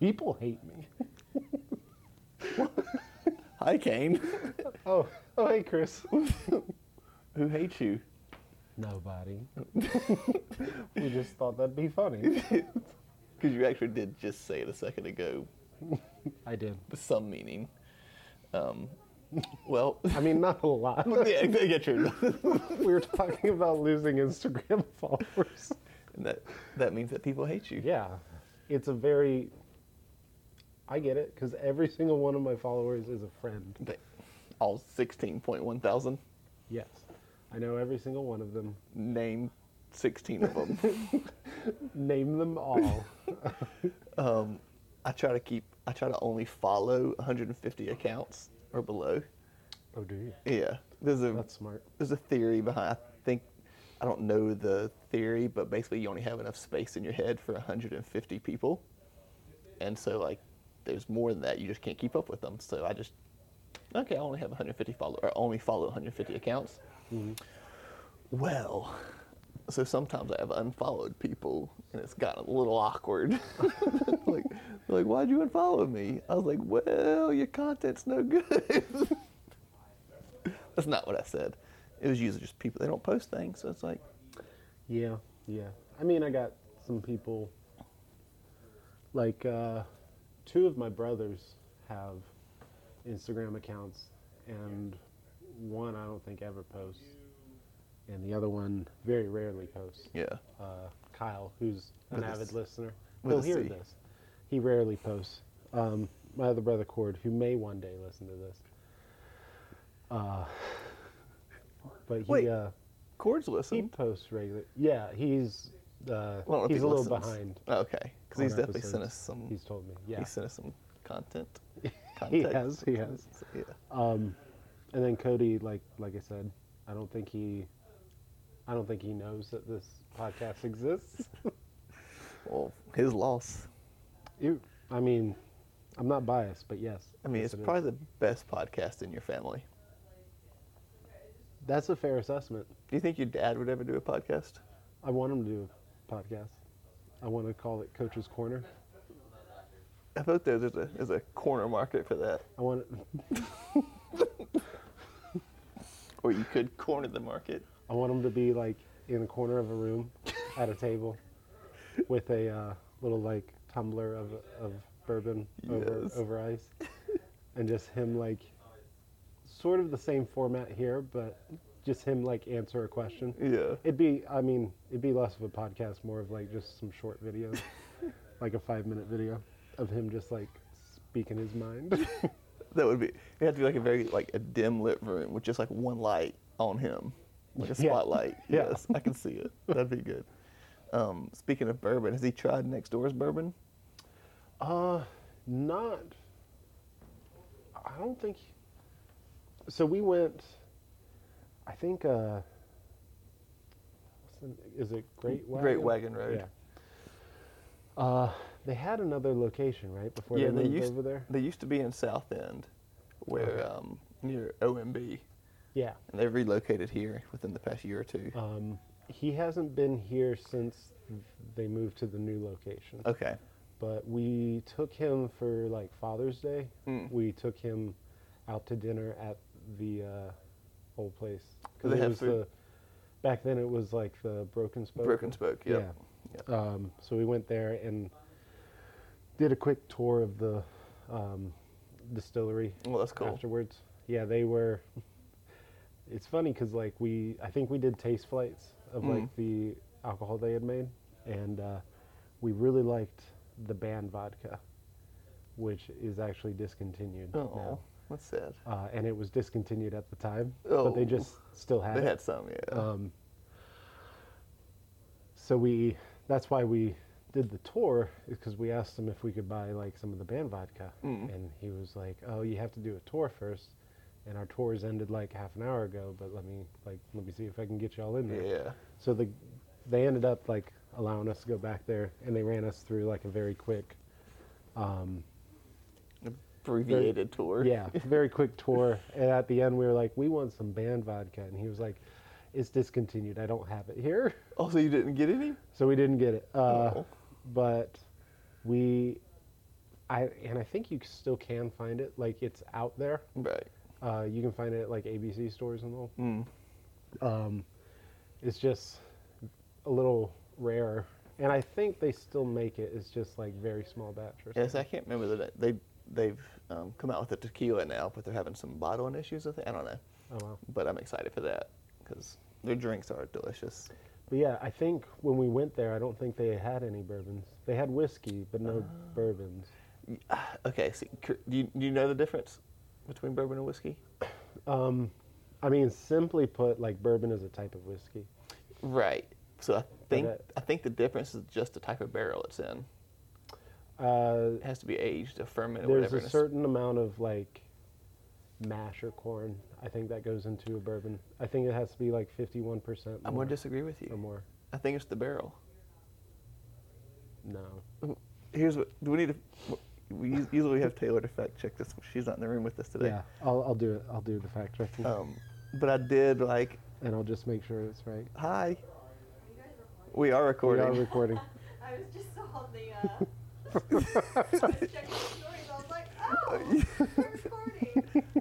People hate me. Hi, Kane. Oh, oh, hey, Chris. Who hates you? Nobody. we just thought that'd be funny. Because you actually did just say it a second ago I did. with some meaning. Um, well, I mean, not a lot. yeah, I get your. we were talking about losing Instagram followers. And that that means that people hate you. Yeah, it's a very. I get it because every single one of my followers is a friend. They- all sixteen point one thousand. Yes, I know every single one of them. Name sixteen of them. Name them all. Um, I try to keep. I try to only follow 150 accounts or below. oh, do you? Yeah, there's a That's smart. there's a theory behind. I think I don't know the theory, but basically you only have enough space in your head for 150 people, and so like there's more than that. You just can't keep up with them. So I just okay, I only have 150 follow or only follow 150 accounts. Well, so sometimes I have unfollowed people, and it's gotten a little awkward. like, like why'd you unfollow me? I was like, well, your content's no good. That's not what I said. It was usually just people. They don't post things, so it's like, Yeah, yeah. I mean, I got some people. Like, uh, two of my brothers have Instagram accounts, and one I don't think ever posts, and the other one very rarely posts. yeah, uh, Kyle, who's an With a avid C. listener. With He'll a hear C. this. He rarely posts. Um, my other brother, Cord, who may one day listen to this. Uh, but he Wait. uh, Cords he listen. posts regular. Yeah, he's uh, I don't know if he's he a little listens. behind. Oh, okay, because he's on definitely sent episodes. us some. He's told me. Yeah, He sent us some content. he Context. has. He has. So, yeah. And then Cody, like like I said, I don't think he, I don't think he knows that this podcast exists. Well, his loss. Ew. I mean, I'm not biased, but yes. I mean, yes, it's it is. probably the best podcast in your family. That's a fair assessment. Do you think your dad would ever do a podcast? I want him to do a podcast. I want to call it Coach's Corner. I bet there- there's a there's a corner market for that, I want or you could corner the market. I want him to be like in the corner of a room at a table with a uh, little like tumbler of of bourbon over Yes. over ice, and just him like sort of the same format here, but just him like answer a question. Yeah. It'd be, I mean, it'd be less of a podcast, more of like just some short videos, like a five minute video of him just like speaking his mind. That would be. It had to be like a very like a dim lit room with just like one light on him, like a Yeah. spotlight. Yeah. Yes, I can see it. That'd be good. Um, speaking of bourbon, has he tried next door's bourbon? Uh, not. I don't think. So we went. I think. uh what's the, Is it Great Wagon? Great Wagon Road. Yeah. Uh, they had another location right before yeah, they they moved used over there. they used to be in South End, where um, near OMB, Yeah. and they've relocated here within the past year or two. Um, he hasn't been here since they moved to the new location. okay, but we took him for like Father's Day. Mm. We took him out to dinner at the uh, old place Do they it have was food? the back then it was like the Broken Spoke. Broken Spoke. Yep. Yeah. Um, so we went there and did a quick tour of the um, distillery Well, that's cool. afterwards. Yeah, they were. It's funny because like we, I think we did taste flights of Mm. like the alcohol they had made, and uh, we really liked the band vodka, which is actually discontinued Oh, now. that's sad. Uh, and it was discontinued at the time, but Oh. they just still had They it. had some, yeah. Um, so we, that's why we did the tour, because we asked him if we could buy like some of the band vodka, Mm. and he was like, "Oh, you have to do a tour first, and our tours ended like half an hour ago, but let me like let me see if I can get y'all in there." yeah. So the they ended up like allowing us to go back there, and they ran us through like a very quick, Abbreviated tour. yeah, very quick tour, and at the end we were like, "We want some band vodka," and he was like, "It's discontinued. I don't have it here." Oh, so you didn't get any? So we didn't get it. Uh, Oh. But we I and I think you still can find it. Like it's out there. Right. Uh, you can find it at like ABC stores and all. Mm. Um, it's just a little rare, and I think they still make it. It's just like very small batch or Yes, something. I can't remember the na- they they've um, come out with a tequila now, but they're having some bottling issues with it. I don't know, oh wow. but I'm excited for that because their drinks are delicious. But yeah, I think when we went there, I don't think they had any bourbons. They had whiskey, but no bourbons. Y- ah, Okay, see, cr- do you, do you know the difference between bourbon and whiskey? Um, I mean, simply put, like bourbon is a type of whiskey. Right. So I think that- I think the difference is just the type of barrel it's in. Uh, It has to be aged or fermented or there's whatever. a and it's- certain amount of like mash or corn. I think that goes into a bourbon. I think it has to be like 51 percent. I'm gonna disagree with or you. more. I think it's the barrel. No. Here's what do we need to. We us- usually have Taylor to fact check this. She's not in the room with us today. Yeah, I'll, I'll do it. I'll do the fact checking, Um, but I did like and I'll just make sure it's right. Hi. We are recording. We are recording. I was just on the uh, checking the stories. I was like, oh, we're recording.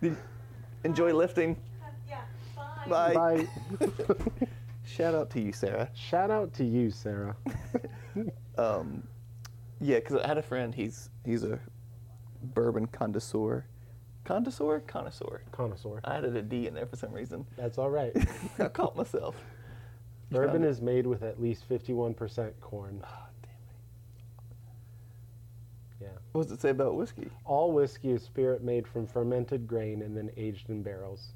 Did- Enjoy lifting. yeah, bye. Bye. Bye. Shout out to you, Sarah. Shout out to you, Sarah. Um, yeah, because I had a friend. He's he's a bourbon connoisseur. Connoisseur? Connoisseur. Connoisseur. I added a D in there for some reason. That's all right. I caught myself. Bourbon is made with at least 51% corn. Oh, damn it. Yeah. What does it say about whiskey? All whiskey is spirit made from fermented grain and then aged in barrels.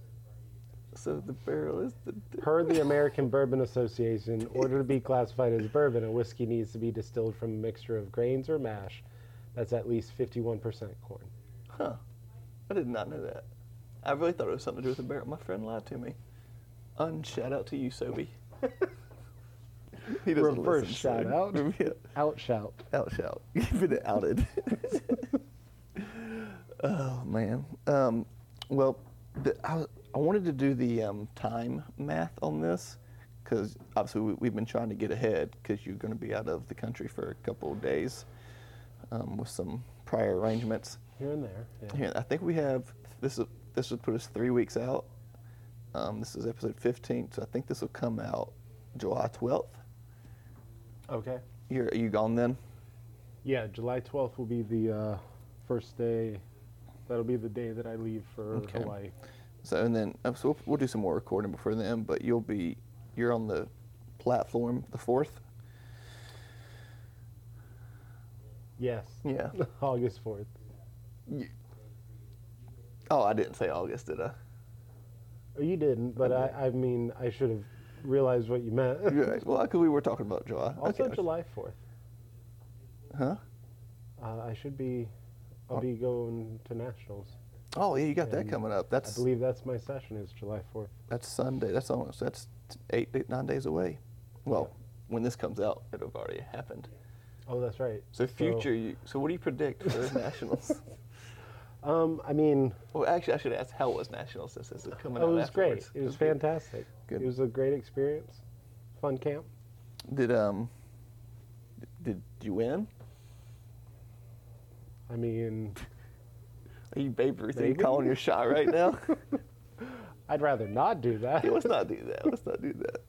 So the barrel is the. Per the American Bourbon Association, in order to be classified as bourbon, a whiskey needs to be distilled from a mixture of grains or mash that's at least 51% corn. Huh. I did not know that. I really thought it was something to do with the barrel. My friend lied to me. Unshout out to you, Sobe. he doesn't Reverse listen, shout so- out. yeah. Out shout. Out shout. You've been outed. oh man. Um, well, the, I, was- I wanted to do the um, time math on this because obviously we, we've been trying to get ahead because you're going to be out of the country for a couple of days um, with some prior arrangements. Here and there. Yeah. Yeah, I think we have this. will- This would put us three weeks out. Um, this is episode 15, so I think this will come out July 12th. Okay. You're, are you gone then? Yeah, July 12th will be the uh, first day. That'll be the day that I leave for Okay. Hawaii. So and then uh, so we'll, we'll do some more recording before then. But you'll be you're on the platform the fourth. Yes. Yeah. August 4th. Y- Oh, I didn't say August, did I? Oh, You didn't, but I, I mean, I should have realized what you meant. Yeah. Well, because we were talking about July. Also, Okay. July 4th. Huh? Uh, I should be, I'll be going to nationals. Oh yeah, you got that And coming up. I That's believe that's my session is July 4th. That's Sunday. That's almost that's t- eight, eight nine days away. Well, when this comes out, it'll have already happened. Oh, that's right. So future, you. So what do you predict for nationals? um, I mean, well, actually, I should ask how was nationals since this is coming it out. was great. afterwards. It was good. fantastic. Good. It was a great experience. Fun camp. Did um, d- did you win? I mean, Are you Babe Ruth? Are you Maybe. calling your shot right now? I'd rather not do that. Yeah, let's not do that. Let's not do that.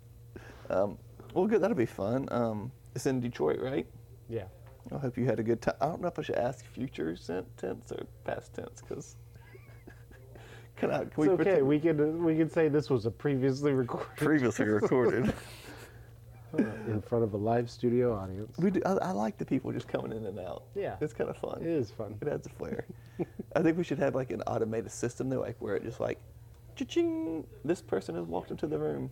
Um, well, good. That'll be fun. Um, it's in Detroit, right? yeah. I hope you had a good time. I don't know if I should ask future sen- tense or past tense because can I? Can It's okay. pretend- We could we could say this was a previously recorded previously recorded. in front of a live studio audience. we do. I, I like the people just coming in and out. Yeah. it's kind of fun. It is fun. It adds a flair. I think we should have like an automated system though, like where it just like, ching, this person has walked into the room.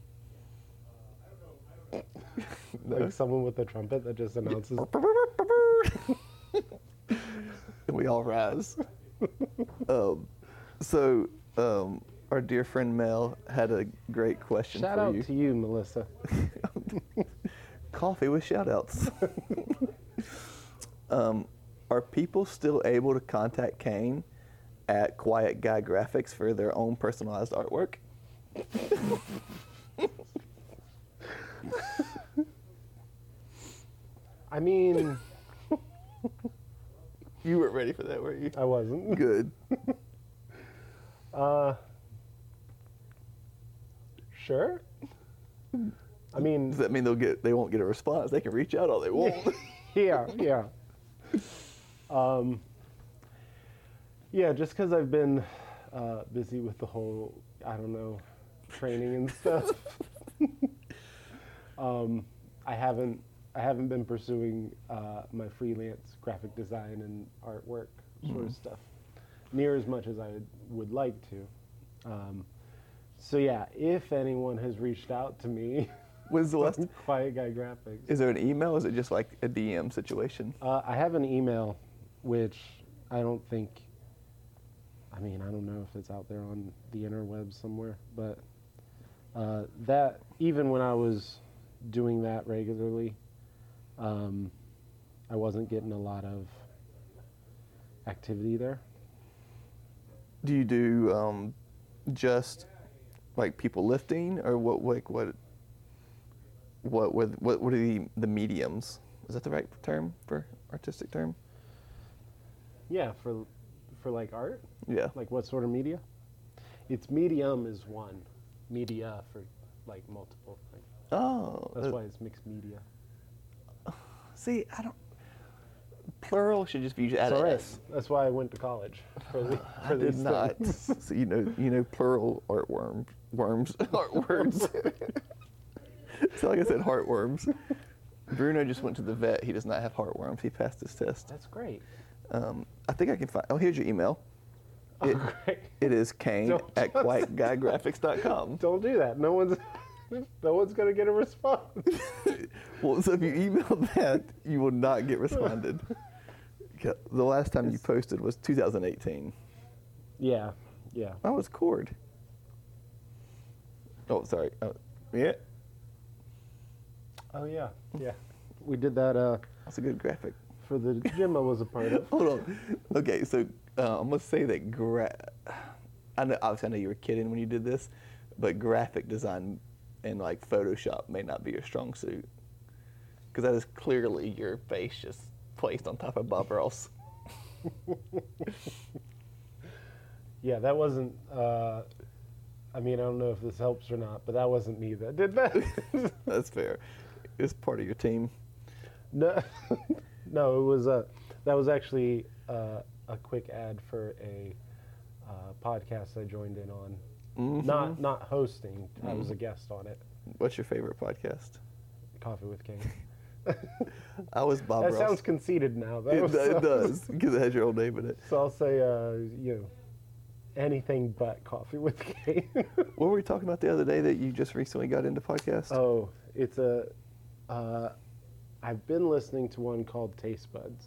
No? Like someone with a trumpet that just announces. and we all rise. um, so, um, our dear friend Mel had a great question Shout for out you. to you, Melissa. Coffee with shout outs. um, are people still able to contact Kane at Quiet Guy Graphics for their own personalized artwork? I mean, You weren't ready for that, were you? I wasn't. Good. Uh, sure. I mean, Does that mean they'll get? They won't get a response. They can reach out all they want. yeah, yeah. Um, yeah, just because I've been uh, busy with the whole, I don't know, training and stuff. um, I haven't, I haven't been pursuing uh, my freelance graphic design and artwork sort of stuff near as much as I would like to. Um, so yeah, if anyone has reached out to me, When's the last? Quiet Guy Graphics. Is there an email? Is it just like a DM situation? Uh, I have an email, which I don't think. I mean, I don't know if it's out there on the interweb somewhere, but uh, that even when I was doing that regularly, um, I wasn't getting a lot of activity there. Do you do um, just like people lifting, or what? Like what? What were what? What are the the mediums? Is that the right term for artistic term? Yeah, for for like art, Yeah. like what sort of media? It's medium is one, media for like multiple things. Oh, That's uh, why it's mixed media. See, I don't. Plural should just be used at It's all right. S. That's why I went to college. For the, I for did these not. things. so you know, you know, plural artworm worms, artworms. so like I said, heartworms. Bruno just went to the vet. He does not have heartworms. He passed his test. That's great. Um, I think I can find. Oh, here's your email. It, great. it is Kane Don't- at whiteguygraphics.com. Don't do that. No one's no one's gonna get a response. Well, so if you email that, you will not get responded. Yeah, The last time you posted was 2018. Yeah, yeah. I was cord. Oh, sorry. Oh, yeah, Oh yeah, yeah. We did that uh, that's a good graphic. for the gym I was a part of. Hold on. Okay, so uh, I'm gonna say that gra- I know obviously I know you were kidding when you did this, but graphic design and like Photoshop may not be your strong suit because that is clearly your face just placed on top of Bob Ross. Yeah, that wasn't. Uh, I mean, I don't know if this helps or not, but that wasn't me that did that. That's fair. It's part of your team. No, no, it was uh, that was actually uh, a quick ad for a uh, podcast I joined in on. Mm-hmm. Not not hosting. I was a guest on it. What's your favorite podcast? Coffee with King. I was Bob that Ross. sounds conceited now. That Oh, it, was, do- it does because it has your old name in it. So I'll say, uh, you know, anything but Coffee with King. What were we talking about the other day that you just recently got into podcast? oh, it's a. Uh, I've been listening to one called Taste Buds,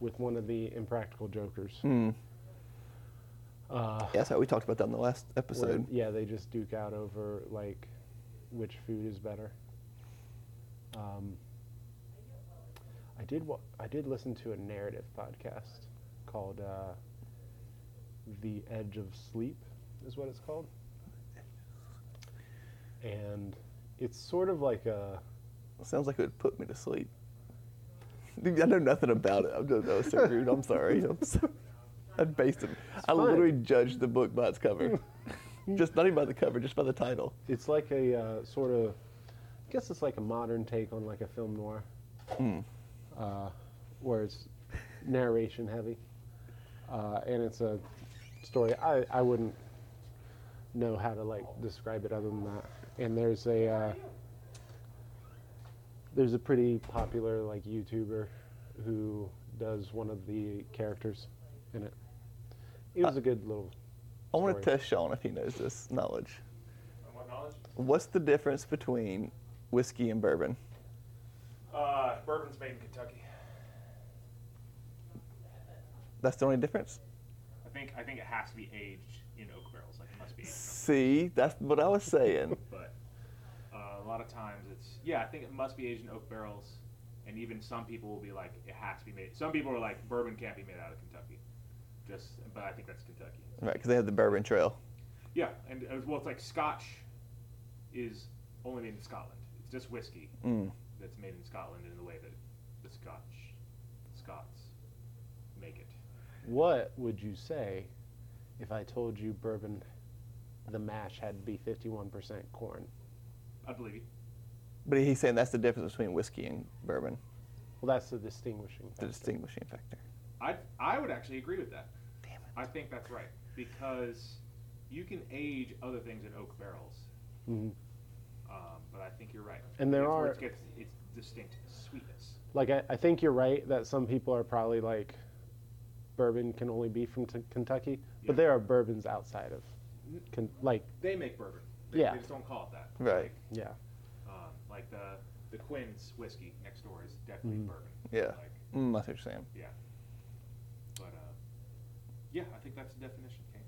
with one of the Impractical Jokers. Hmm. Uh, Yeah, that's how we talked about that in the last Where, episode. yeah, they just duke out over like which food is better. Um, I did wa- I did listen to a narrative podcast called uh, "The Edge of Sleep," is what it's called, and it's sort of like a Sounds like it would put me to sleep. Dude, I know nothing about it. I'm just, that was so rude. I'm sorry. I'm so, I based it. I fine. literally judged the book by its cover. just not even by the cover, just by the title. it's like a uh, sort of I guess it's like a modern take on like a film noir, uh, where it's narration heavy, uh, and it's a story I, I wouldn't know how to like describe it other than that. And there's a uh, there's a pretty popular like YouTuber who does one of the characters in it. It was a good little. I want to Sorry. test Sean if he knows this knowledge. What's the difference between whiskey and bourbon? Uh, bourbon's made in Kentucky. That's the only difference? I think I think it has to be aged in oak barrels. Like it must be. Aged in See, that's what I was saying. oak, barrels. but uh, a lot of times it's yeah. I think it must be aged in oak barrels, and even some people will be like it has to be made. Some people are like bourbon can't be made out of Kentucky, just but I think that's Kentucky. right, because they have the bourbon trail. Yeah, and uh, well, it's like Scotch is only made in Scotland. It's just whiskey Mm. that's made in Scotland in the way that the Scotch Scots make it. What would you say if I told you bourbon, the mash had to be 51% corn? I believe you. But he's saying that's the difference between whiskey and bourbon, Well, that's the distinguishing. the Factor. distinguishing factor. I I would actually agree with that. Damn it. I think that's right because you can age other things in oak barrels, Mhm. um, but I think you're right. And there it's where are- it gets it's distinct sweetness. Like, I, I think you're right that some people are probably like, bourbon can only be from t- Kentucky, Yeah. but there are bourbons outside of, Ken- like, They make bourbon. They, Yeah. They just don't call it that. Right. yeah. Like, um, like the the Quinn's whiskey next door is definitely Mhm. bourbon. Yeah. Like, Mm, that's what you're saying. yeah. But uh, yeah, I think that's the definition. Kate.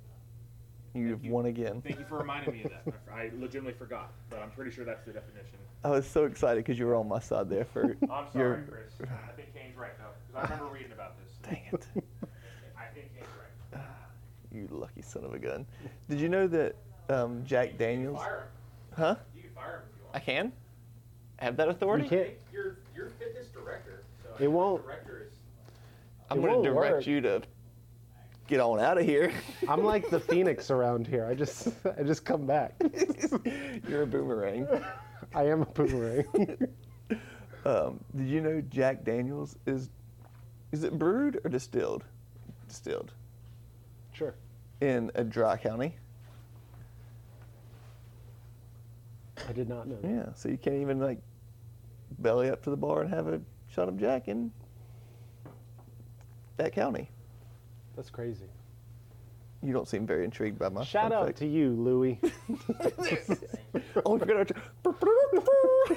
You've you. won again. Thank you for reminding me of that. I- I legitimately forgot, but I'm pretty sure that's the definition. I was so excited because you were on my side there for. I'm sorry, your- Chris. I think Kane's right though, because I remember reading about this. Dang it. I think Kane's right. You lucky son of a gun. Did you know that um, Jack Daniels? Fire Huh? him. You can fire him if you want. I can? I have that authority? You can't- You're you're fitness director, so I It think won't- Director is. I'm It going won't to direct work. you to get on out of here. I'm like the phoenix around here. I just, I just come back. You're a boomerang. I am a boomerang. Um, did you know Jack Daniels is is it brewed or distilled? Distilled sure. in a dry county. I did not know that. Yeah, so you can't even like belly up to the bar and have a shot of Jack in that county. That's crazy. You don't seem very intrigued by my Shout fun out fact. to you, Louie. oh, you forgot our.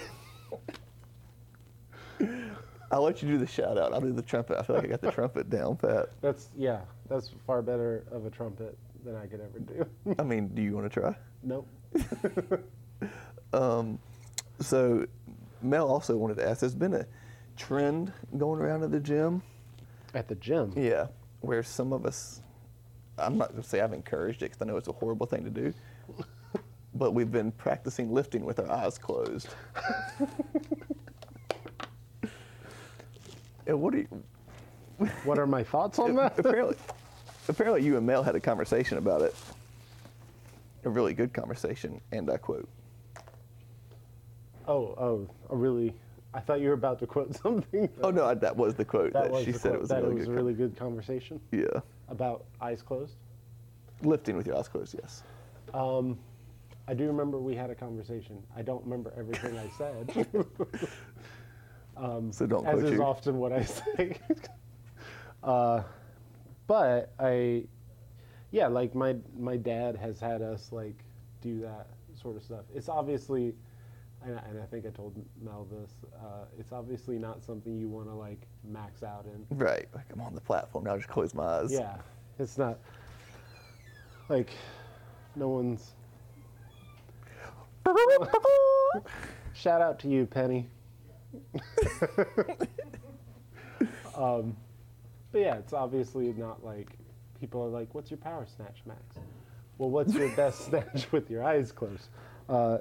I'll let you do the shout out. I'll do the trumpet. I feel like I got the trumpet down, Pat. That's yeah. That's far better of a trumpet than I could ever do. I mean, do you want to try? Um, nope. So, Mel also wanted to ask. There's been a trend going around at the gym. At the gym. Yeah, where some of us, I'm not gonna say I've encouraged it because I know it's a horrible thing to do, but we've been practicing lifting with our eyes closed. and what do you? What are my thoughts on that? apparently, apparently, you and Mel had a conversation about it. A really good conversation, and I quote. oh, oh, a really. I thought you were about to quote something. Oh no, I, that was the quote that, that was she the said quote. it was that a really it was good. a really good conversation con- yeah, about eyes closed. lifting with your eyes closed. Yes. Um, I do remember we had a conversation. I don't remember everything I said, so don't Um, as quote is you. often what I say. uh, but I, yeah, like my my dad has had us like do that sort of stuff. It's obviously, and I, and I think I told Mel this. Uh, it's obviously not something you want to like max out in. Right, like I'm on the platform now. Just close my eyes. Yeah, it's not like no one's. Oh, Shout out to you, Penny. um, but yeah, it's obviously not like people are like, "What's your power snatch, Max?" Well, what's your best snatch with your eyes closed? Uh,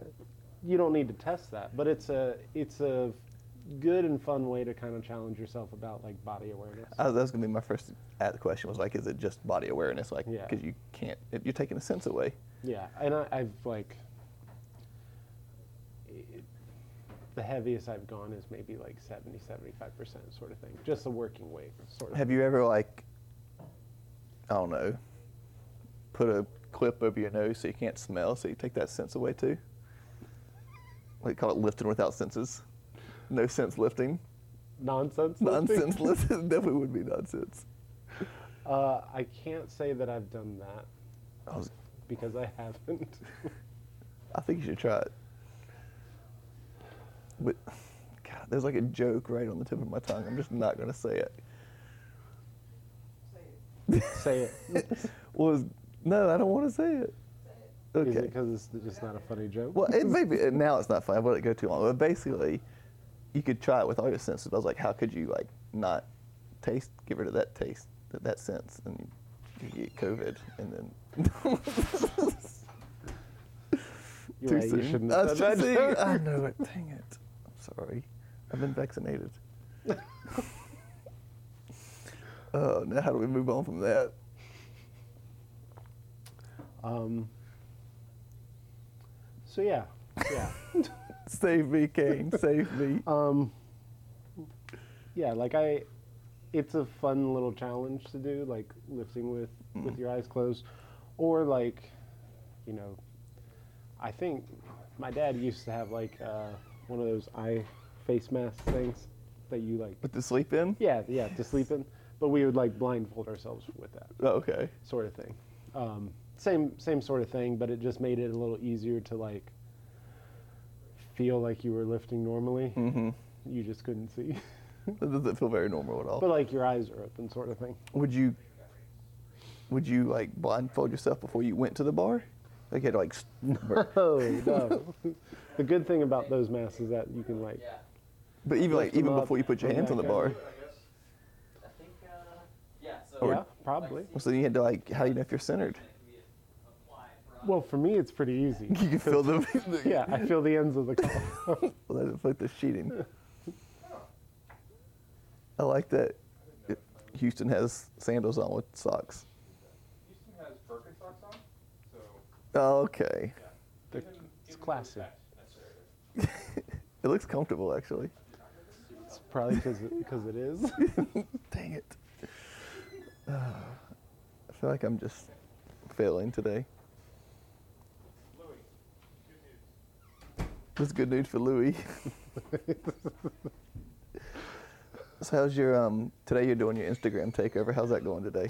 you don't need to test that, but it's a it's a good and fun way to kind of challenge yourself about like body awareness. I was, that was gonna be my first at the question was like, is it just body awareness? Like, Yeah. because you can't, it, you're taking a sense away. Yeah, and I, I've like it, the heaviest I've gone is maybe like 70, 75 percent sort of thing, just a working weight sort of. Have you ever like, I don't know, put a clip over your nose so you can't smell, so you take that sense away too? Like call it lifting without senses, no sense lifting, nonsense. lifting? nonsense lifting. Definitely would be nonsense. Uh, I can't say that I've done that I was, because I haven't. I think you should try it. But God, there's like a joke right on the tip of my tongue. I'm just not gonna say it. Say it. say it. Is Was no, I don't want to say it. Okay. it because it's just not a funny joke? Well, it may be, now it's not funny. I won't let it go too long. But basically, you could try it with all your senses. But I was like, how could you like not taste? Get rid of that taste, that, that sense, and you, you get COVID, and then. You're right, you shouldn't I, have was said trying that. to- uh, I know it. Dang it. I'm sorry. I've been vaccinated. Oh, now how do we move on from that? Um, so yeah, yeah, Save me, Kane. Save me. um, yeah. Like I, it's a fun little challenge to do, like lifting with with your eyes closed, or like, you know, I think my dad used to have like uh, one of those eye face mask things that you like. With the sleep in? Yeah, yeah, to sleep in. But we would like blindfold ourselves with that. Oh, okay. sort of thing. Um, same same sort of thing, but it just made it a little easier to like feel like you were lifting normally. Mm-hmm. You just couldn't see, That doesn't feel very normal at all. but um, like your eyes are open, sort of thing. would you would you like blindfold yourself before you went to the bar? Like you had to like no. Oh no! the good thing about those masks is that you can like But even like Lift 'em even up, before you put your put 'em hands on the back bar. down. I think, uh, yeah, so. Or- yeah probably. Well, so you had to like how do you know if you're centered? Well, for me it's pretty easy. You can feel the Yeah, I feel the ends of the call. Well, that doesn't feel like the cheating. I like that Houston has sandals on with socks. Houston has Birkenstocks on, so Okay. They're- even- it's even classy. respect necessary. It looks comfortable actually. It's probably because because it is. Dang it. I feel like I'm just failing today. Louis, good news. This is good news for Louis. so how's your um today you're doing your Instagram takeover. How's that going today?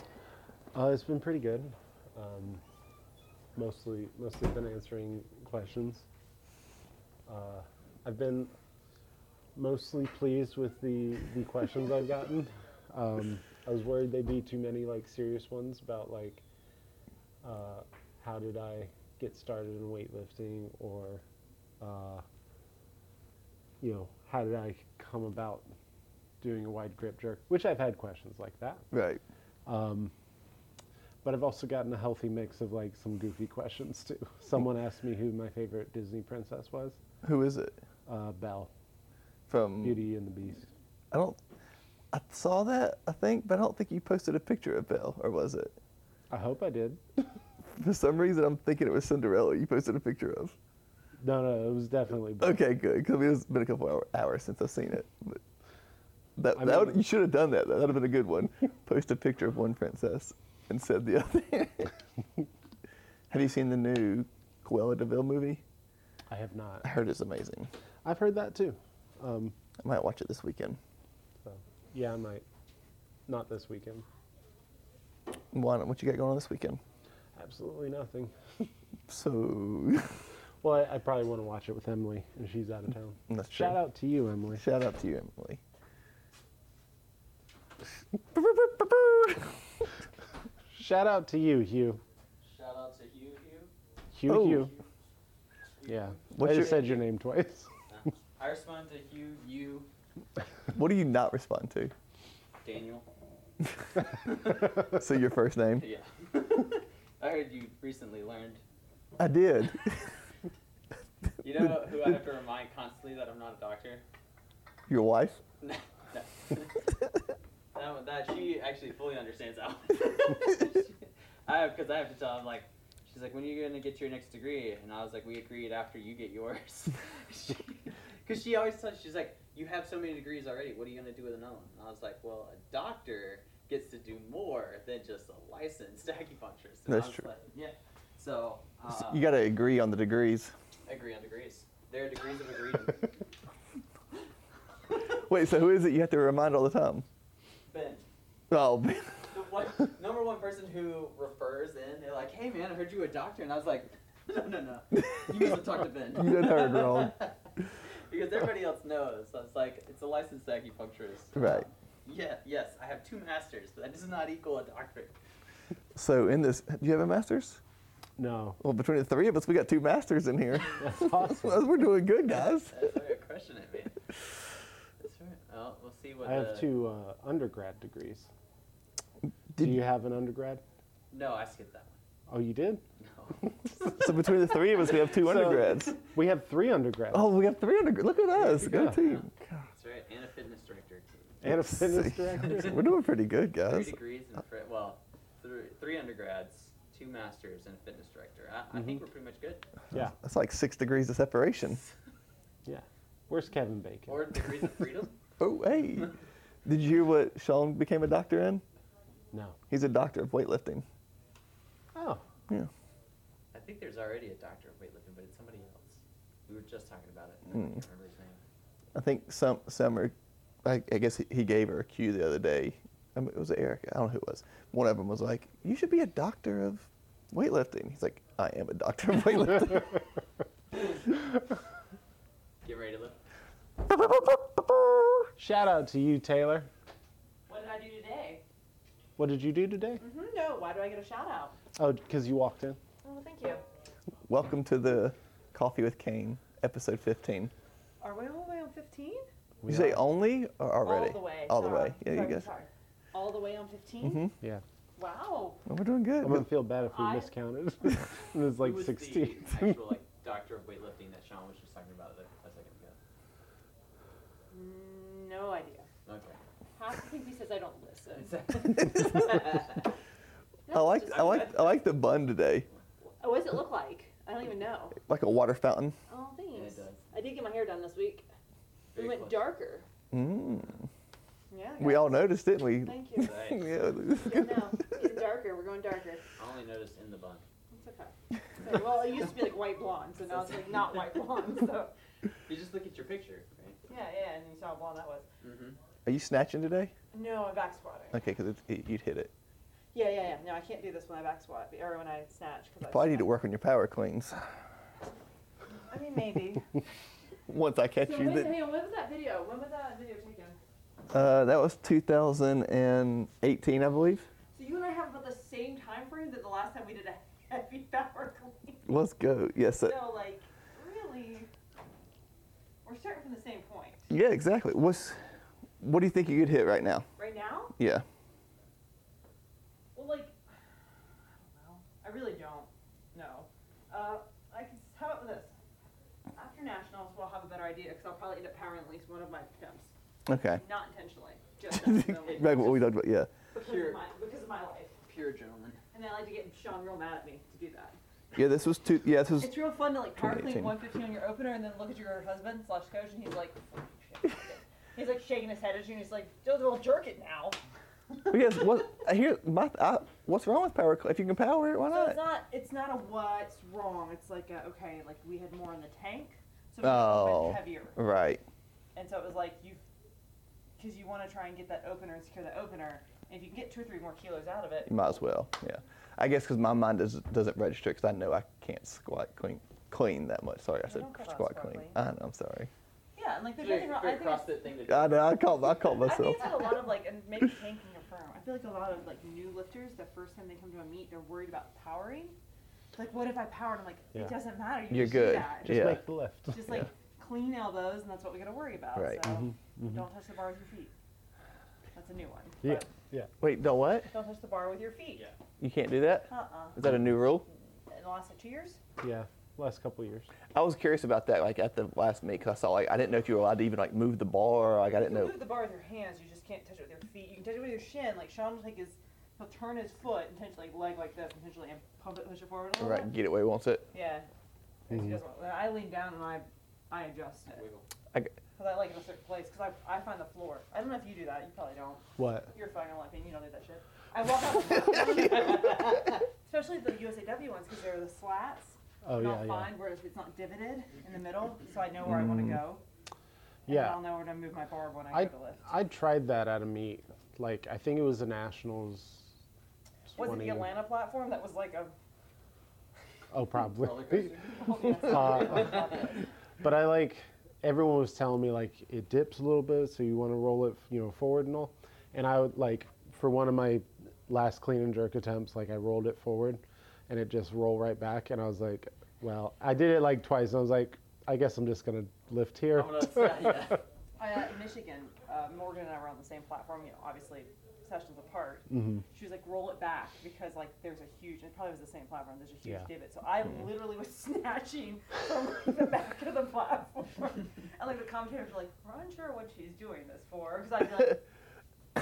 Uh, it's been pretty good. Um, mostly, mostly been answering questions. Uh, I've been mostly pleased with the the questions I've gotten. Um, I was worried they'd be too many like serious ones about like uh, how did I get started in weightlifting or uh, you know how did I come about doing a wide grip jerk, which I've had questions like that. Right. Um, but I've also gotten a healthy mix of like some goofy questions too. Someone asked me who my favorite Disney princess was. Who is it? Uh, Belle, From Beauty and the Beast. I don't I saw that, I think, but I don't think you posted a picture of Belle, or was it? I hope I did. For some reason I'm thinking it was Cinderella you posted a picture of. No, no, it was definitely Belle. Okay, good. Because it's been a couple hour, hours since I've seen it. But that, I that mean- would, you should have done that. That would have been a good one. Post a picture of one princess and said the other. have you seen the new Cruella Deville movie? I have not. I heard it's amazing. I've heard that too. Um, I might watch it this weekend. so yeah, I might. Not this weekend. Why not? What you got going on this weekend? Absolutely nothing. So, Well, I, I probably want to watch it with Emily, and she's out of town. Mm, That's true. Shout out to you, Emily. shout out to you, Emily. Shout out to you, Hugh. Shout out to Hugh Hugh. Hugh, Oh. Hugh. Yeah. What's I your- just said your name twice. No, I respond to Hugh, you, What do you not respond to? Daniel. So, your first name? Yeah. I heard you recently learned. I did. You know who I have to remind constantly that I'm not a doctor? Your wife? No. no. that, that she actually fully understands that one. I because I have to tell him like she's like when are you gonna get your next degree and I was like we agreed after you get yours because she, always tells she's like you have so many degrees already what are you gonna do with another one and I was like well a doctor gets to do more than just a licensed acupuncturist and I That's was true. like, yeah so uh, So you got to agree on the degrees. agree on degrees there are degrees of agreement Wait, so who is it you have to remind all the time? Ben Oh, The one, number one person who refers in, they're like, "Hey man, I heard you were a doctor," and I was like, "No, no, no, you must have talked to Ben." You done heard wrong. because everybody else knows. So it's like it's a licensed acupuncturist. Right. Yeah. Yes, I have two masters, but that does not equal a doctorate. so in this, do you have a master's? No. Well, between the three of us, we got two masters in here. That's awesome. We're doing good, guys. That's why you're crushing it, man. That's right. Well, we'll see what. I have the- two uh, undergrad degrees. Did- Do you have an undergrad? No, I skipped that Oh, you did? one. No. So between the three of us, we have two So- undergrads. We have three undergrads. Oh, we have three undergrads. Look at us. Good Yeah. team. God. That's right, and a fitness director. and a fitness director. We're doing pretty good, Three guys. degrees in fri- well, three, three undergrads, two masters, and a fitness director. I, I Mm-hmm. think we're pretty much good. Yeah, That's like six degrees of separation. yeah. Where's Kevin Bacon? Or degrees of freedom. Oh, hey. Did you hear what Sean became a doctor in? no. He's a doctor of weightlifting. Oh, Yeah. I think there's already a doctor of weightlifting, but it's somebody else. We were just talking about it. I Hmm. can't remember his name. I think some Summer, I, I guess he- he gave her a cue the other day. I mean, it was Eric. I don't know who it was. One of them was like, "You should be a doctor of weightlifting." He's like, "I am a doctor of weightlifting." Get ready to lift. shout out to you, Taylor. What did I do today? What did you do today? Mm-hmm, no, why do I get a shout out? Mm-hmm. Oh, because you walked in. Oh, thank you. Welcome to the Coffee with Kane episode 15. Are we all the way on 15? We You say are. only or already? All the way. All the sorry, way. Yeah, you sorry, guys. sorry. All the way on 15? Mm-hmm. Yeah. Wow. Well, we're doing good. I'm gonna feel bad if we I- miscounted. it was Who like was the 16. actual like doctor of weightlifting that Sean was just talking about a a second ago. Mm, No idea. Okay. Half the thing he says I don't listen. I like I like I like the bun today, Oh, what does it look like? I don't even know. like a water fountain. Oh, thanks. does. I did get my hair done this week. Very it went close. darker. Mm. Yeah. We all noticed, didn't we? Thank you. Right. yeah. Yeah, no, it's getting darker. We're going darker. I only noticed in the bun. It's okay. It's okay. Well, it used to be like white blonde, so now it's like not white blonde. So You just look at your picture, right? yeah, yeah, and you saw how blonde that was. Mm-hmm. Are you snatching today? No, I'm back squatting. Okay, because it, you'd hit it. Yeah, yeah, yeah. No, I can't do this when I back squat or when I snatch. Cause You I probably need to work on your power cleans. I mean, maybe. Once I catch so you, when, then. hang on, when was that video? When was that video taken? Uh, that was 2018, I believe. So you and I have about the same time frame that the last time we did a heavy power clean. Let's go. Yes. uh, So like, really, we're starting from the same point. yeah. Exactly. What's what do you think you could hit right now? Right now? Yeah. Well, like, I don't know. I really don't know. Uh, I can, how about this? After nationals, we'll have a better idea because I'll probably end up powering at least one of my attempts. Okay. Not intentionally, just accidentally. like what we talked about. Yeah. because, of my, because of my life. Pure gentleman. And I like to get Sean real mad at me to do that. Yeah. This was two. Yeah. This was. It's real fun to like power clean 2018. 115 on your opener and then look at your husband slash coach and he's like, "Shit." he's like shaking his head at you and he's like, don't well, jerk it now. Yes. What I hear. My. I, what's wrong with power? cl- If you can power it, why So it's not? not it's not a what's wrong. It's like a, okay, like we had more in the tank, so we Oh. went heavier. Right. And so it was like you, because you want to try and get that opener and secure the opener. And if you can get two or three more kilos out of it, You might as well. Yeah. I guess because my mind does, doesn't register because I know I can't squat clean clean that much. Sorry, I You said don't call that squat squat clean. clean. I know. I'm sorry. yeah, and like there's Very, nothing wrong. I very think it's, CrossFit thing to do. I know. I called. I called I think myself. it's like a lot of like and maybe tanking your firm. I feel like a lot of like new lifters, the first time they come to a meet, they're worried about powering. It's like, what if I powered? I'm like, Yeah. it doesn't matter. You You're just good. Do that. Just Yeah. make the lift. Just like clean elbows, and that's what we got to worry about. Right. So Mhm, don't touch the bar with your feet. That's a new one. Yeah, but yeah. Wait. Don't what? Don't touch the bar with your feet. Yeah. You can't do that. Uh-uh. Is that a new rule? In the last like, two years? Yeah, last couple years. I was curious about that, like at the last meet, because I saw, like, I didn't know if you were allowed to even like move the bar. Like, I didn't You know. move the bar with your hands. You just can't touch it with your feet. You can touch it with your shin. Like Sean will take his, he'll turn his foot and touch like leg like this, intentionally, and pump it, push it forward a little Right, Mm-hmm. bit. get it where he wants it. Yeah. Because Mhm. he doesn't want- I lean down and I, I adjust it Wiggle. because I like it in a certain place. Because I, I find the floor. I don't know if you do that. You probably don't. What? You're fucking laughing. You don't do that shit. I walk out. Especially the USAW ones because they're the slats. Oh and yeah, I'll yeah. find where it's not divoted in the middle, so I know where I want to go. And Mm. Yeah. I'll know where to move my bar when I, I go to lift. I tried that at a meet. Like I think it was a nationals. Was it 20 the Atlanta platform that was like a? Oh, Roller probably. coaster. Uh, but I like everyone was telling me like it dips a little bit, so you want to roll it, you know, forward and all. And I would like for one of my last clean and jerk attempts, like I rolled it forward, and it just rolled right back. And I was like, well, I did it like twice. And I was like, I guess I'm just gonna lift here. I'm gonna upset ya. uh, in Michigan, uh, Morgan and I were on the same platform. You know, obviously sessions apart. Mhm. She was like, "Roll it back," because like there's a huge. It probably was the same platform. There's a huge Yeah. divot. So I literally was snatching from like, the back of the platform, and like the commentators were like, "We're unsure what she's doing this for," because I'd be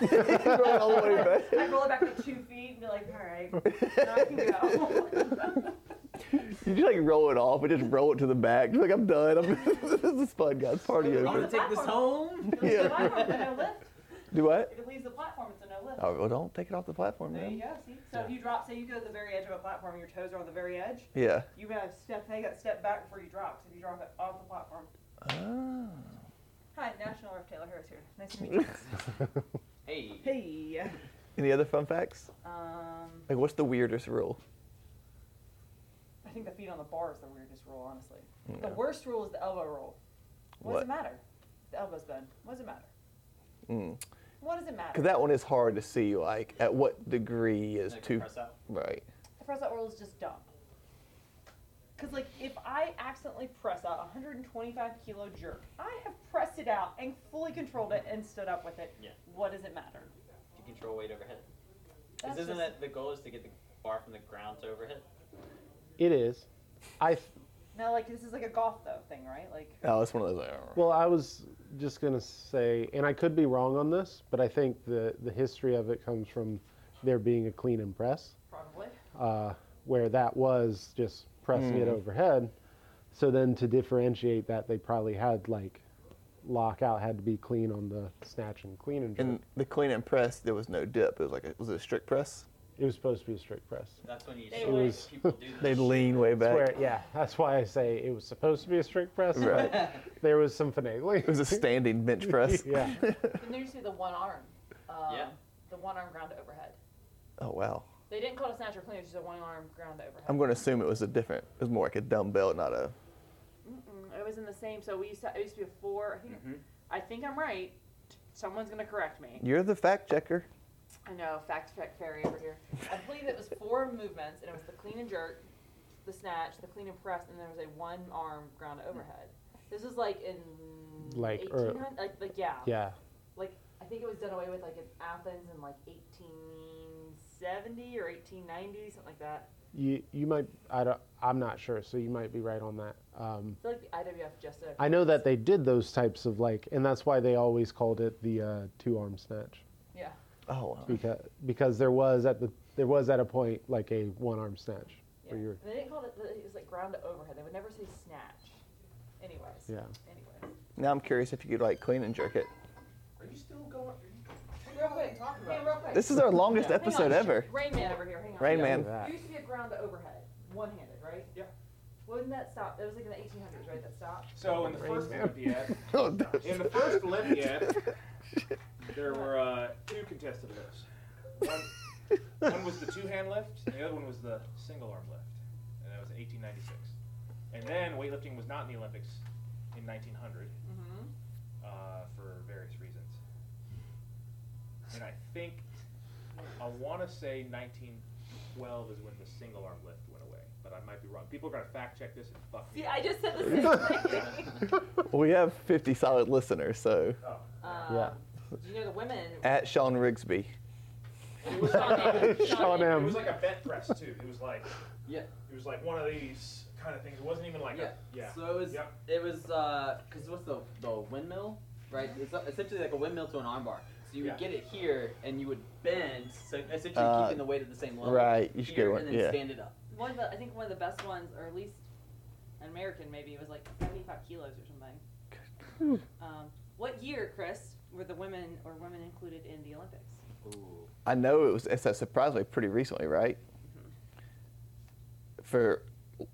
like, Going all the way back. I roll it back like two feet and be like, all right, now I can go. You just like roll it off and just roll it to the back. You're like, I'm done. I'm, this is fun, guys. Party I'm gonna over. take this home. It leaves Yeah. the platform, it's a no lift. Do what? If it leaves the platform, it's a no lift. Oh, well, don't take it off the platform, There you man. go. See, so if you drop, say you go to the very edge of a platform, your toes are on the very edge. Yeah. You gotta step, take that step back before you drop. 'cause if you drop it off the platform. Ah. Hi, National Ref Taylor Harris here. Nice to meet you. Hey. hey. Any other fun facts? Um, Like, what's the weirdest rule? I think the feet on the bar is the weirdest rule, honestly. Yeah. The worst rule is the elbow roll. What, does What? it matter? The elbow's done. What does it matter? Mm. What does it matter? Because that one is hard to see, like, at what degree is Like too. press out. Right. the press out roll is just dumb. Cause like if I accidentally press out a 125 kilo jerk, I have pressed it out and fully controlled it and stood up with it. Yeah. What does it matter? to control weight overhead. 'Cause That's isn't just- it the goal is to get the bar from the ground to overhead? It is. I th- No, like this is like a golf though thing, right? Like Oh, it's one of those. Like, well, well, I was just gonna say, and I could be wrong on this, but I think the the history of it comes from there being a clean and press. probably. uh, where that was just pressing Mm. it overhead. So then to differentiate that, they probably had like lockout had to be clean on the snatch and clean and jerk. in the clean and press, there was no dip. It was like, a, was it a strict press? it was supposed to be a strict press. That's when you They see would. people do They this. lean way That's back. where, yeah, that's why I say it was supposed to be a strict press, Right. but there was some finagling. It was a standing bench press. yeah, Didn't they used to do the one arm? Um, Yeah. The one arm ground to overhead. Oh wow. They didn't call it a snatch or clean, it was just a one arm ground to overhead. I'm going to assume it was a different. It was more like a dumbbell, not a. Mm, it was in the same. So we used to. It used to be a four. I think. Mhm. I think I'm right. Someone's gonna correct me. You're the fact checker. I know. Fact check fairy over here. I believe it was four movements, and it was the clean and jerk, the snatch, the clean and press, and there was a one arm ground to overhead. This was like in Like, er- 1800, like, like yeah. yeah. Like I think it was done away with like in Athens in like 1870 or 1890, something like that. You you might I don't I'm not sure, so you might be right on that. Um, I feel like the IWF just did. a- I know that they did those types of like, and that's why they always called it the uh, two arm snatch. Yeah. Oh wow. because because there was at the there was at a point like a one arm snatch Yeah. where you're And they didn't call it. It was like ground to overhead. They would never say snatch. Anyways. Yeah. Anyways. Now I'm curious if you could like clean and jerk it. Are you still going? Real quick. Talk about. Hey, real quick. This is our longest Yeah. Hang on, episode shit. ever. Rain Man over here. Hang on. Rain Look at Man. that. There used to be a ground to overhead, one handed, right? Yeah. Wouldn't that stop? That was like in the 1800s, right? That stopped. So in the first Olympiad, Oh, that's- in the first Olympiad, there were uh, two contested lifts. One, one was the two-hand lift, and the other one was the single-arm lift, and that was 1896. And then weightlifting was not in the Olympics in 1900 Mm-hmm. uh, for various reasons. And I think I want to say 1912 is when the single-arm lift went away, but I might be wrong. People are gonna fact-check this and fuck me. See, I just said the same thing. we have 50 solid listeners, so Oh. Um, Yeah. Do you know the women? at Sean Rigsby. It was Sean like a- M. Sean It M. was like a bent press too. It was like Yeah. it was like one of these kind of things. It wasn't even like yeah. a yeah. So it was. Yep. It was because what's the the windmill, right? It's essentially like a windmill to an armbar. So you would Yeah. get it here, and you would bend, so essentially Uh, keeping the weight at the same level. Right. You should Here, get one. and then Yeah. stand it up. One of the, I think one of the best ones, or at least an American maybe, was like 75 kilos or something. Um, what year, Chris, were the women or women included in the Olympics? Ooh. I know it was it's a surprisingly pretty recently, right? Mm-hmm. For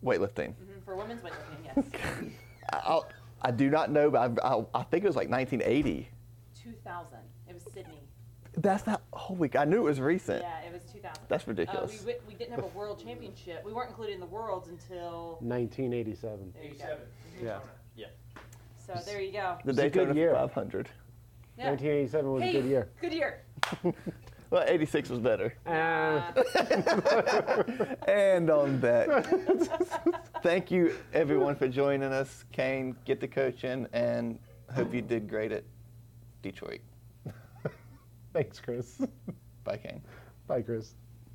weightlifting. hmm For women's weightlifting, yes. I, I'll- I do not know, but I, I, I think it was like 1980. 2000. It was Sydney. That's not whole week. I knew it was recent. Yeah, it was 2000. That's Uh, ridiculous. we, wi- we didn't have a world championship. We weren't included in the worlds until. 1987 There you go. Eighty-seven. Yeah. So there you go. the It's a good Daytona year. 500. Yeah. 1987 was hey, a good year Good year. Well, 86 was better. Ah, Uh, and on that, thank you everyone for joining us. Kane, get the coaching, and hope you did great at Detroit. thanks chris Bye, Kane. bye chris